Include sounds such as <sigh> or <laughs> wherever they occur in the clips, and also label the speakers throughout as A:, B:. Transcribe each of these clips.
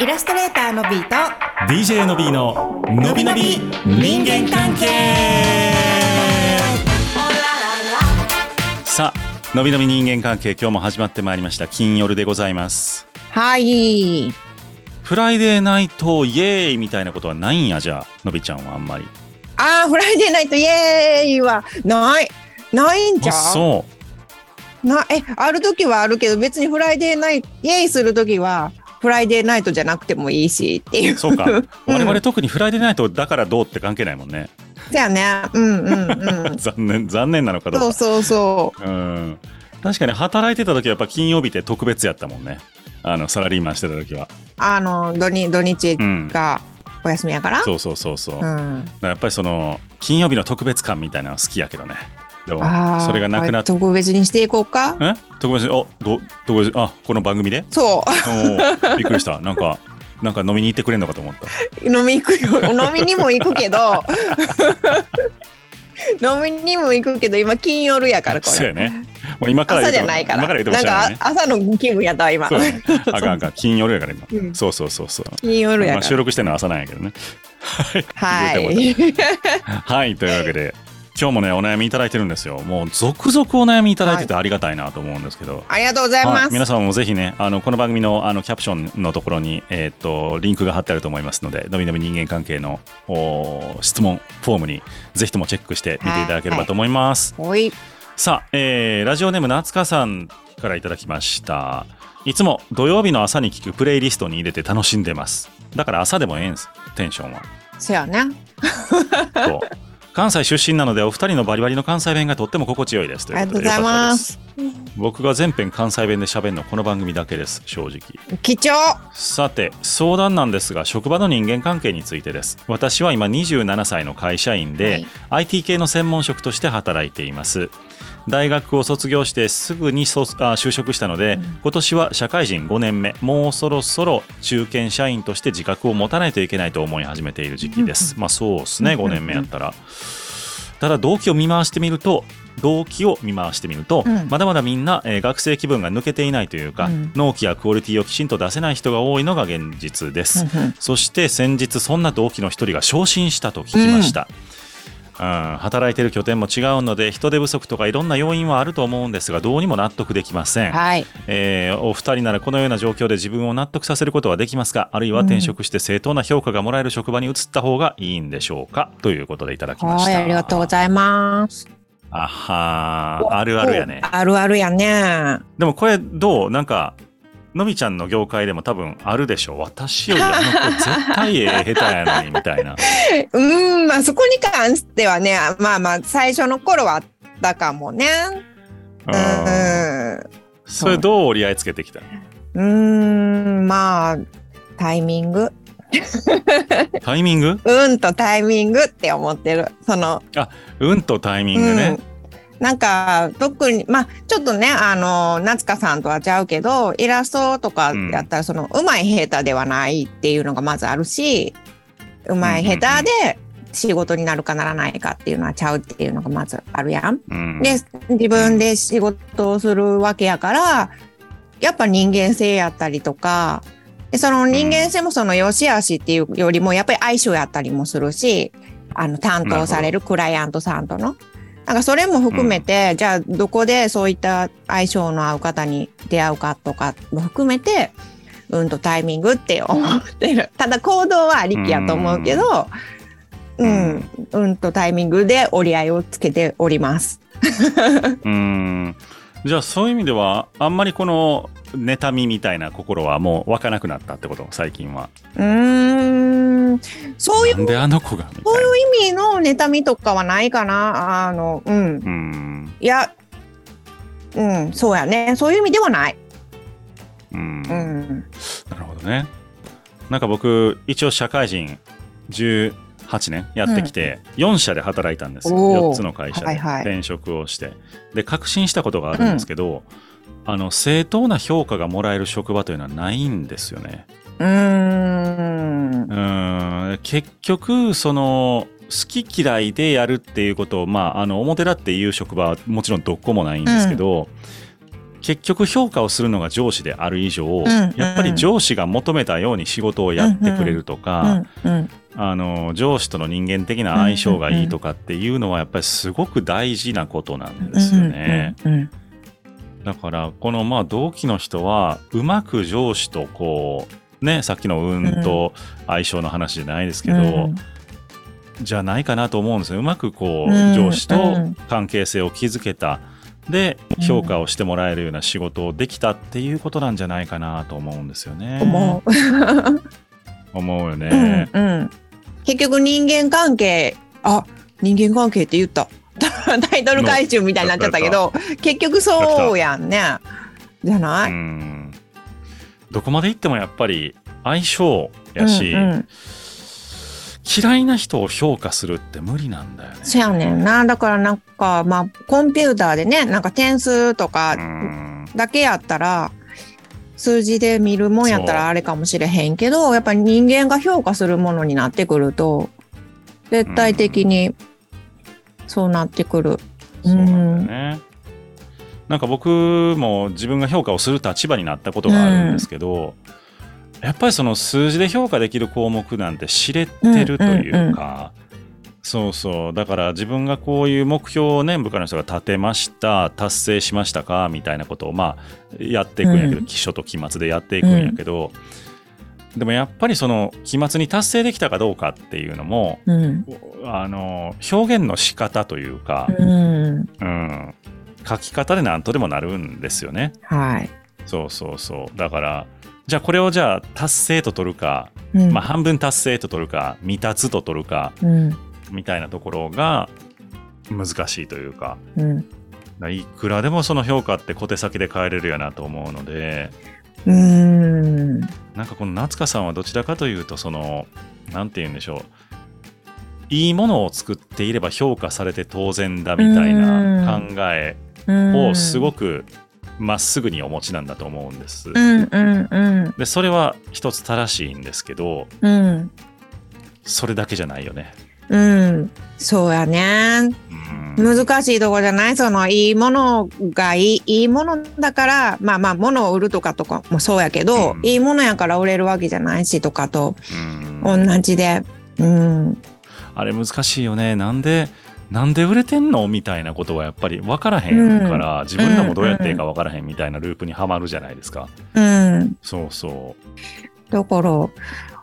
A: イラストレーターのビーと
B: DJ の B ののびのび人間関係さあのびのび人間関係今日も始まってまいりました金夜でございます
A: はい
B: フライデーナイトイエーイみたいなことはないんやじゃあのびちゃんはあんまり
A: あーフライデーナイトイエーイはないないんじ
B: あ
A: ゃん
B: そ
A: なえある時はあるけど別にフライデーナイトイエーイする時はフライデーナイトじゃなくてもいいしっていう
B: うそうか
A: うん
B: 我々特にフライデーナイトだからどうって関係ないもんね
A: そやねうんうんう
B: <laughs>
A: ん
B: 残念残念なのかどう
A: そう
B: か
A: そうそう
B: うん確かに働いてた時はやっぱ金曜日って特別やったもんねあのサラリーマンしてた時は
A: あの土日土日
B: うん
A: がお休みやから
B: そうそうそうそう、
A: うん
B: だからやっぱりその金曜日の特別感みたいなの好きやけどねでも
A: あー
B: それがなくなって
A: 特別にしていこうか
B: え特別にあど特別にあこの番組
A: <laughs>
B: で
A: そう
B: おーびっくりしたなんかなんか飲みに行ってくれんのかと思った
A: 飲み行くよ飲みにも行く
B: <laughs>
A: けど飲みにも行くけど今金曜日やからこ
B: そう
A: れ
B: やねもう今から
A: 朝じ
B: 言
A: ゃ
B: うと
A: ないから
B: 今から言うても
A: な
B: し
A: ん
B: ゃあ
A: かあ
B: ないね
A: 朝の気分やった今、
B: そうやねあかんあかん金曜日やから今、
A: うん
B: そうそうそうそう
A: 金曜日
B: ま
A: や
B: あ
A: か
B: 収
A: ら
B: 録してるのは朝なんやけどね
A: は
B: 言
A: い
B: はいというわけで今日もねお悩みいただいてるんですよもう続々お悩みいただいててありがたいなと思うんですけど、
A: <laughs> ありがとうございま
B: は
A: す、
B: 皆様もぜひねあのこの番組のあのキャプションのところに、えーっとリンクが貼ってあると思いますのでのびのび人間関係のおー質問フォームにぜひともチェックして見ていただければと思います、
A: おい
B: さあ、えーラジオネーム夏香さんからいただきましたいつも土曜日の朝に聞くプレイリストに入れて楽しんでますだから朝でもええんすテンションは
A: そやね <laughs>
B: と関西出身なのでお二人のバリバリの関西弁がとっても心地よいですということで
A: ありがとうございます
B: よかったです僕が全編関西弁で喋るのこの番組だけです正直
A: 貴重
B: さて相談なんですが職場の人間関係についてです私は今27歳の会社員で、IT 系の専門職として働いています大学を卒業してすぐに卒あ就職したので、
A: うん
B: 今年は社会人5年目もうそろそろ中堅社員として自覚を持たないといけないと思い始めている時期です、まあそうですね
A: うんうんう
B: 5
A: ん
B: 年目やったらただ動機を見回してみると動機を見回してみると、
A: うん
B: まだまだみんな、えー学生気分が抜けていないというか、
A: うん
B: 納期やクオリティをきちんと出せない人が多いのが現実です、
A: うんうん
B: そして先日そんな同期の一人が昇進したと聞きました、うん働いてる拠点も違うので人手不足とかいろんな要因はあると思うんですがどうにも納得できません、
A: はい
B: えーお二人ならこのような状況で自分を納得させることはできますかあるいは転職して正当な評価がもらえる職場に移った方がいいんでしょうかということでいただきまし
A: はい
B: た
A: ありがとうございます
B: あはーあるあるやね
A: あるあるやね
B: でもこれどうなんかのびちゃんの業界でも多分あるでしょう私よりあの子絶対ええ下手やのにみた <laughs> いな
A: うーん、まあそこに関してはね、あまあまあ最初の頃はあったかもね。う
B: うん
A: ん。う
B: それどう折り合いつけてきた
A: ーん、まあタイミング。
B: タイミング
A: うんとタイミングって思ってる。その、
B: うんとタイミン
A: う
B: グ
A: ん
B: ね、。
A: なんか特にまあちょっとねあの夏香さんとはちゃうけどイラストとかやったらそのうま、い下手ではないっていうのがまずあるしうまい下手で仕事になるかならないかっていうのはちゃうっていうのがまずあるやん。
B: うん
A: で自分で仕事をするわけやからやっぱ人間性やったりとかでその人間性もその良し悪しっていうよりもやっぱり相性やったりもするしあの担当されるクライアントさんとの。なんかそれも含めて、じゃあどこでそういった相性の合う方に出会うかとかも含めてうんとタイミングって思ってるただ行動はありきやと思うけどうん、うんとタイミングで折り合いをつけております。
B: うんじゃあそういう意味ではあんまりこの妬みみたいな心はもう湧かなくなったってこと最近は
A: うーん、そういう
B: なんであの子がみたいな
A: 意味の妬みとかはないかな。あの、うん。
B: うん
A: いや、うん、そうやね。そういう意味ではない。
B: うん
A: うん。
B: なるほどね。なんか僕、一応社会人18年やってきて、4社で働いたんですよ。
A: おー
B: 4つの会社
A: は
B: で
A: いはい
B: 転職をして。で、確信したことがあるんですけど、あの、正当な評価がもらえる職場というのはないんですよね。
A: うーん
B: う。ーん、結局、その、好き嫌いでやるっていうことを、まあ、あの、表立って言う職場はもちろんどこもないんですけど、結局評価をするのが上司である以上、
A: ん
B: やっぱり上司が求めたように仕事をやってくれるとか、
A: うんうん
B: あの上司との人間的な相性がいいとかっていうのはやっぱりすごく大事なことなんですよね。
A: うんうん
B: だからこのまあ同期の人はうまく上司とこうねさっきの運と相性の話じゃないですけど、
A: うん
B: じゃないかなと思うんですよ。うまくこう、
A: うん
B: 上司と関係性を築けた。で評価をしてもらえるような仕事をできたっていうことなんじゃないかなと思うんですよね。
A: 思う、
B: う思うよね。
A: うんうん結局人間関係あ人間関係って言ったタイトル回収みたいになっちゃったけど結局そうやんねじゃな
B: う
A: い、
B: んどこまで行ってもやっぱり相性やし、
A: うんうん
B: 嫌いな人を評価するって無理なんだよね。
A: そやねんなだからなんかまあコンピューターでねなんか点数とか
B: うん
A: だけやったら数字で見るもんやった
B: そう
A: らあれかもしれへんけどやっぱり人間が評価するものになってくると絶対的にそうなってくる。
B: そうなんだよね。なんか僕も自分が評価をする立場になったことがあるんですけど、やっぱりその数字で評価できる項目なんて知れてるというか、そうそうだから自分がこういう目標をね部下の人が立てました達成しましたかみたいなことをまあやっていくんやけど、
A: うん
B: 基礎と期末でやっていくんやけど、でもやっぱりその期末に達成できたかどうかっていうのも
A: うん
B: あの表現の仕方というか、
A: うん
B: うん、書き方で何とでもなるんですよね。
A: はい
B: そうそうそう。だから、じゃあこれをじゃあ達成と取るか、
A: うん
B: まあ半分達成と取るか、未達と取るか、
A: うん
B: みたいなところが難しいというか、
A: うん
B: いくらでもその評価って小手先で変えれるやなと思うので、
A: うん
B: なんかこの夏香さんはどちらかというと、その、なんて言うんでしょう。いいものを作っていれば評価されて当然だみたいな考えをすごく
A: く
B: まっすぐにお持ちなんだと思うんです。
A: うんうんうん
B: でそれは一つ正しいんですけど
A: うん
B: それだけじゃないよね。
A: うんそうやね
B: うん
A: 難しいとこじゃないそのいいものがいいいいものだからまあまあ物を売るとかとかもそうやけど、
B: うん
A: いいものやから売れるわけじゃないしとかと
B: うん
A: 同じでうん
B: あれ難しいよねなんでなんで売れてんのみたいなことはやっぱり分からへんから、自分らもどうやっていいか分からへんみたいなループにはまるじゃないですか。
A: うん
B: そうそ
A: だから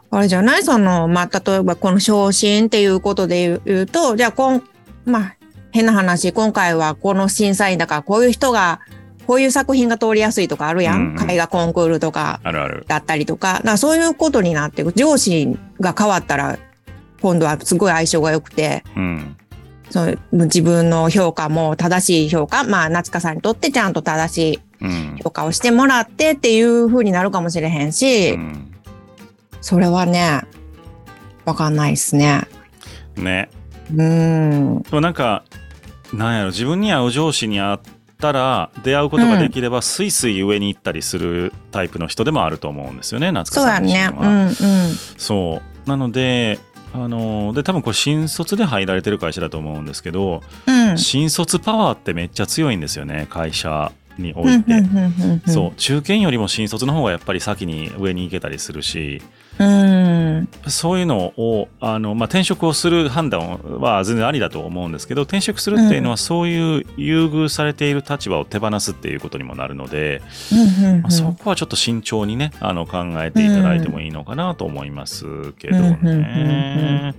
A: あれじゃないそのまあ例えばこの昇進っていうことで言う言うとじゃあこんまあ変な話今回はこの審査員だからこういう人がこういう作品が通りやすいとかあるや
B: うん
A: ん、
B: うん
A: 絵画コンクールとか
B: うあるある。
A: だったりとか、だからそういうことになってく上司が変わったら、今度はすごい相性が良くて、
B: うん
A: その自分の評価も正しい評価、まあ、夏香さんにとってちゃんと正し
B: うん
A: い評価をしてもらってっていう風になるかもしれへんし、
B: うん
A: それはね、わかんないですね。
B: ね
A: うーん。
B: でもなんかなんやろ自分に合う上司に会ったら出会うことができれば、スイスイ上に行ったりするタイプの人でもあると思うんですよね夏香
A: そう
B: さ
A: や
B: ん自身
A: ね
B: は。。
A: うんうん。
B: そうなのであので多分これ新卒で入られてる会社だと思うんですけど、
A: うん。
B: 新卒パワーってめっちゃ強いんですよね会社にお
A: うん
B: いて。
A: うんうんうん
B: そう中堅よりも新卒の方がやっぱり先に上に行けたりするし
A: うん。
B: そういうのをあの、まあ、転職をする判断は全然ありだと思うんですけど転職するっていうのはそういう優遇されている立場を手放すっていうことにもなるので、
A: うんうん
B: まあそこはちょっと慎重にねあの考えていただいてもいいのかなと思いますけど
A: うんうんうんう
B: ね。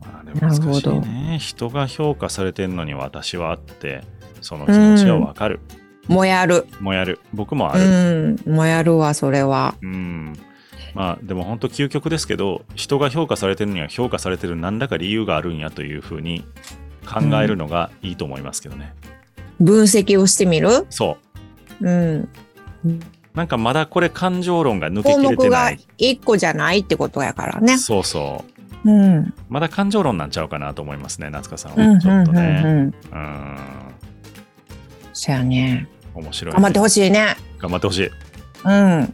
B: まあでも難
A: なるほ
B: しい
A: ど
B: ね人が評価されてるのに私はあってその気持ちはわかる、
A: うん。もやる。
B: もやる僕もある。
A: うん。もやるわ、それは。
B: うんまあでも本当究極ですけど人が評価されてるには評価されてる何らか理由があるんやというふうに考えるのがいいと思いますけどね、
A: 分析をしてみる、
B: そ
A: うん、
B: うなんかまだこれ感情論が抜け
A: 項
B: き
A: 目
B: れてな
A: が
B: い
A: 1個じゃないってことやからね。
B: そうそう
A: うん、うん
B: まだ感情論なんちゃうかなと思いますね夏香さん
A: うんう
B: は
A: ん
B: ちょっとね
A: うん。
B: うん
A: そやね。
B: 面白い
A: 頑張ってほしいね。
B: 頑張ってほしい、
A: うん。
B: は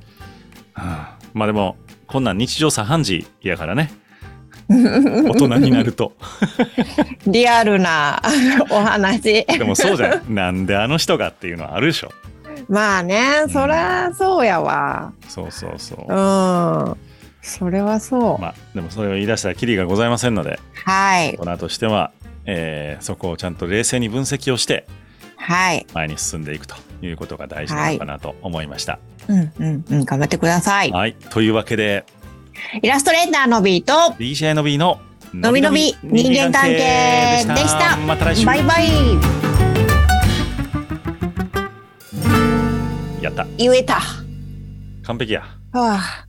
B: あまあでもこんなん日常茶飯事やから
A: <laughs>
B: ね大人になると
A: <laughs> リアルなあのお話。 <laughs>
B: でもそうじゃんなんであの人がっていうのはあるでしょ
A: まあね、そらそうやわ。
B: そうそうそう
A: う。ん。それはそう。
B: まあ、でもそれを言い出したらキリがございませんので、
A: はい。
B: 大人としては、えーそこをちゃんと冷静に分析をして
A: はい。
B: 前に進んでいくということが大事なのかなと思いました。
A: うんうんうん。頑張ってください。
B: はい、というわけで
A: イラストレーターのビート。
B: BJ の B の
A: のびのび人間関係でした
B: また来週
A: バイバイ。
B: やった
A: 言えた。は
B: 完璧や。
A: あ。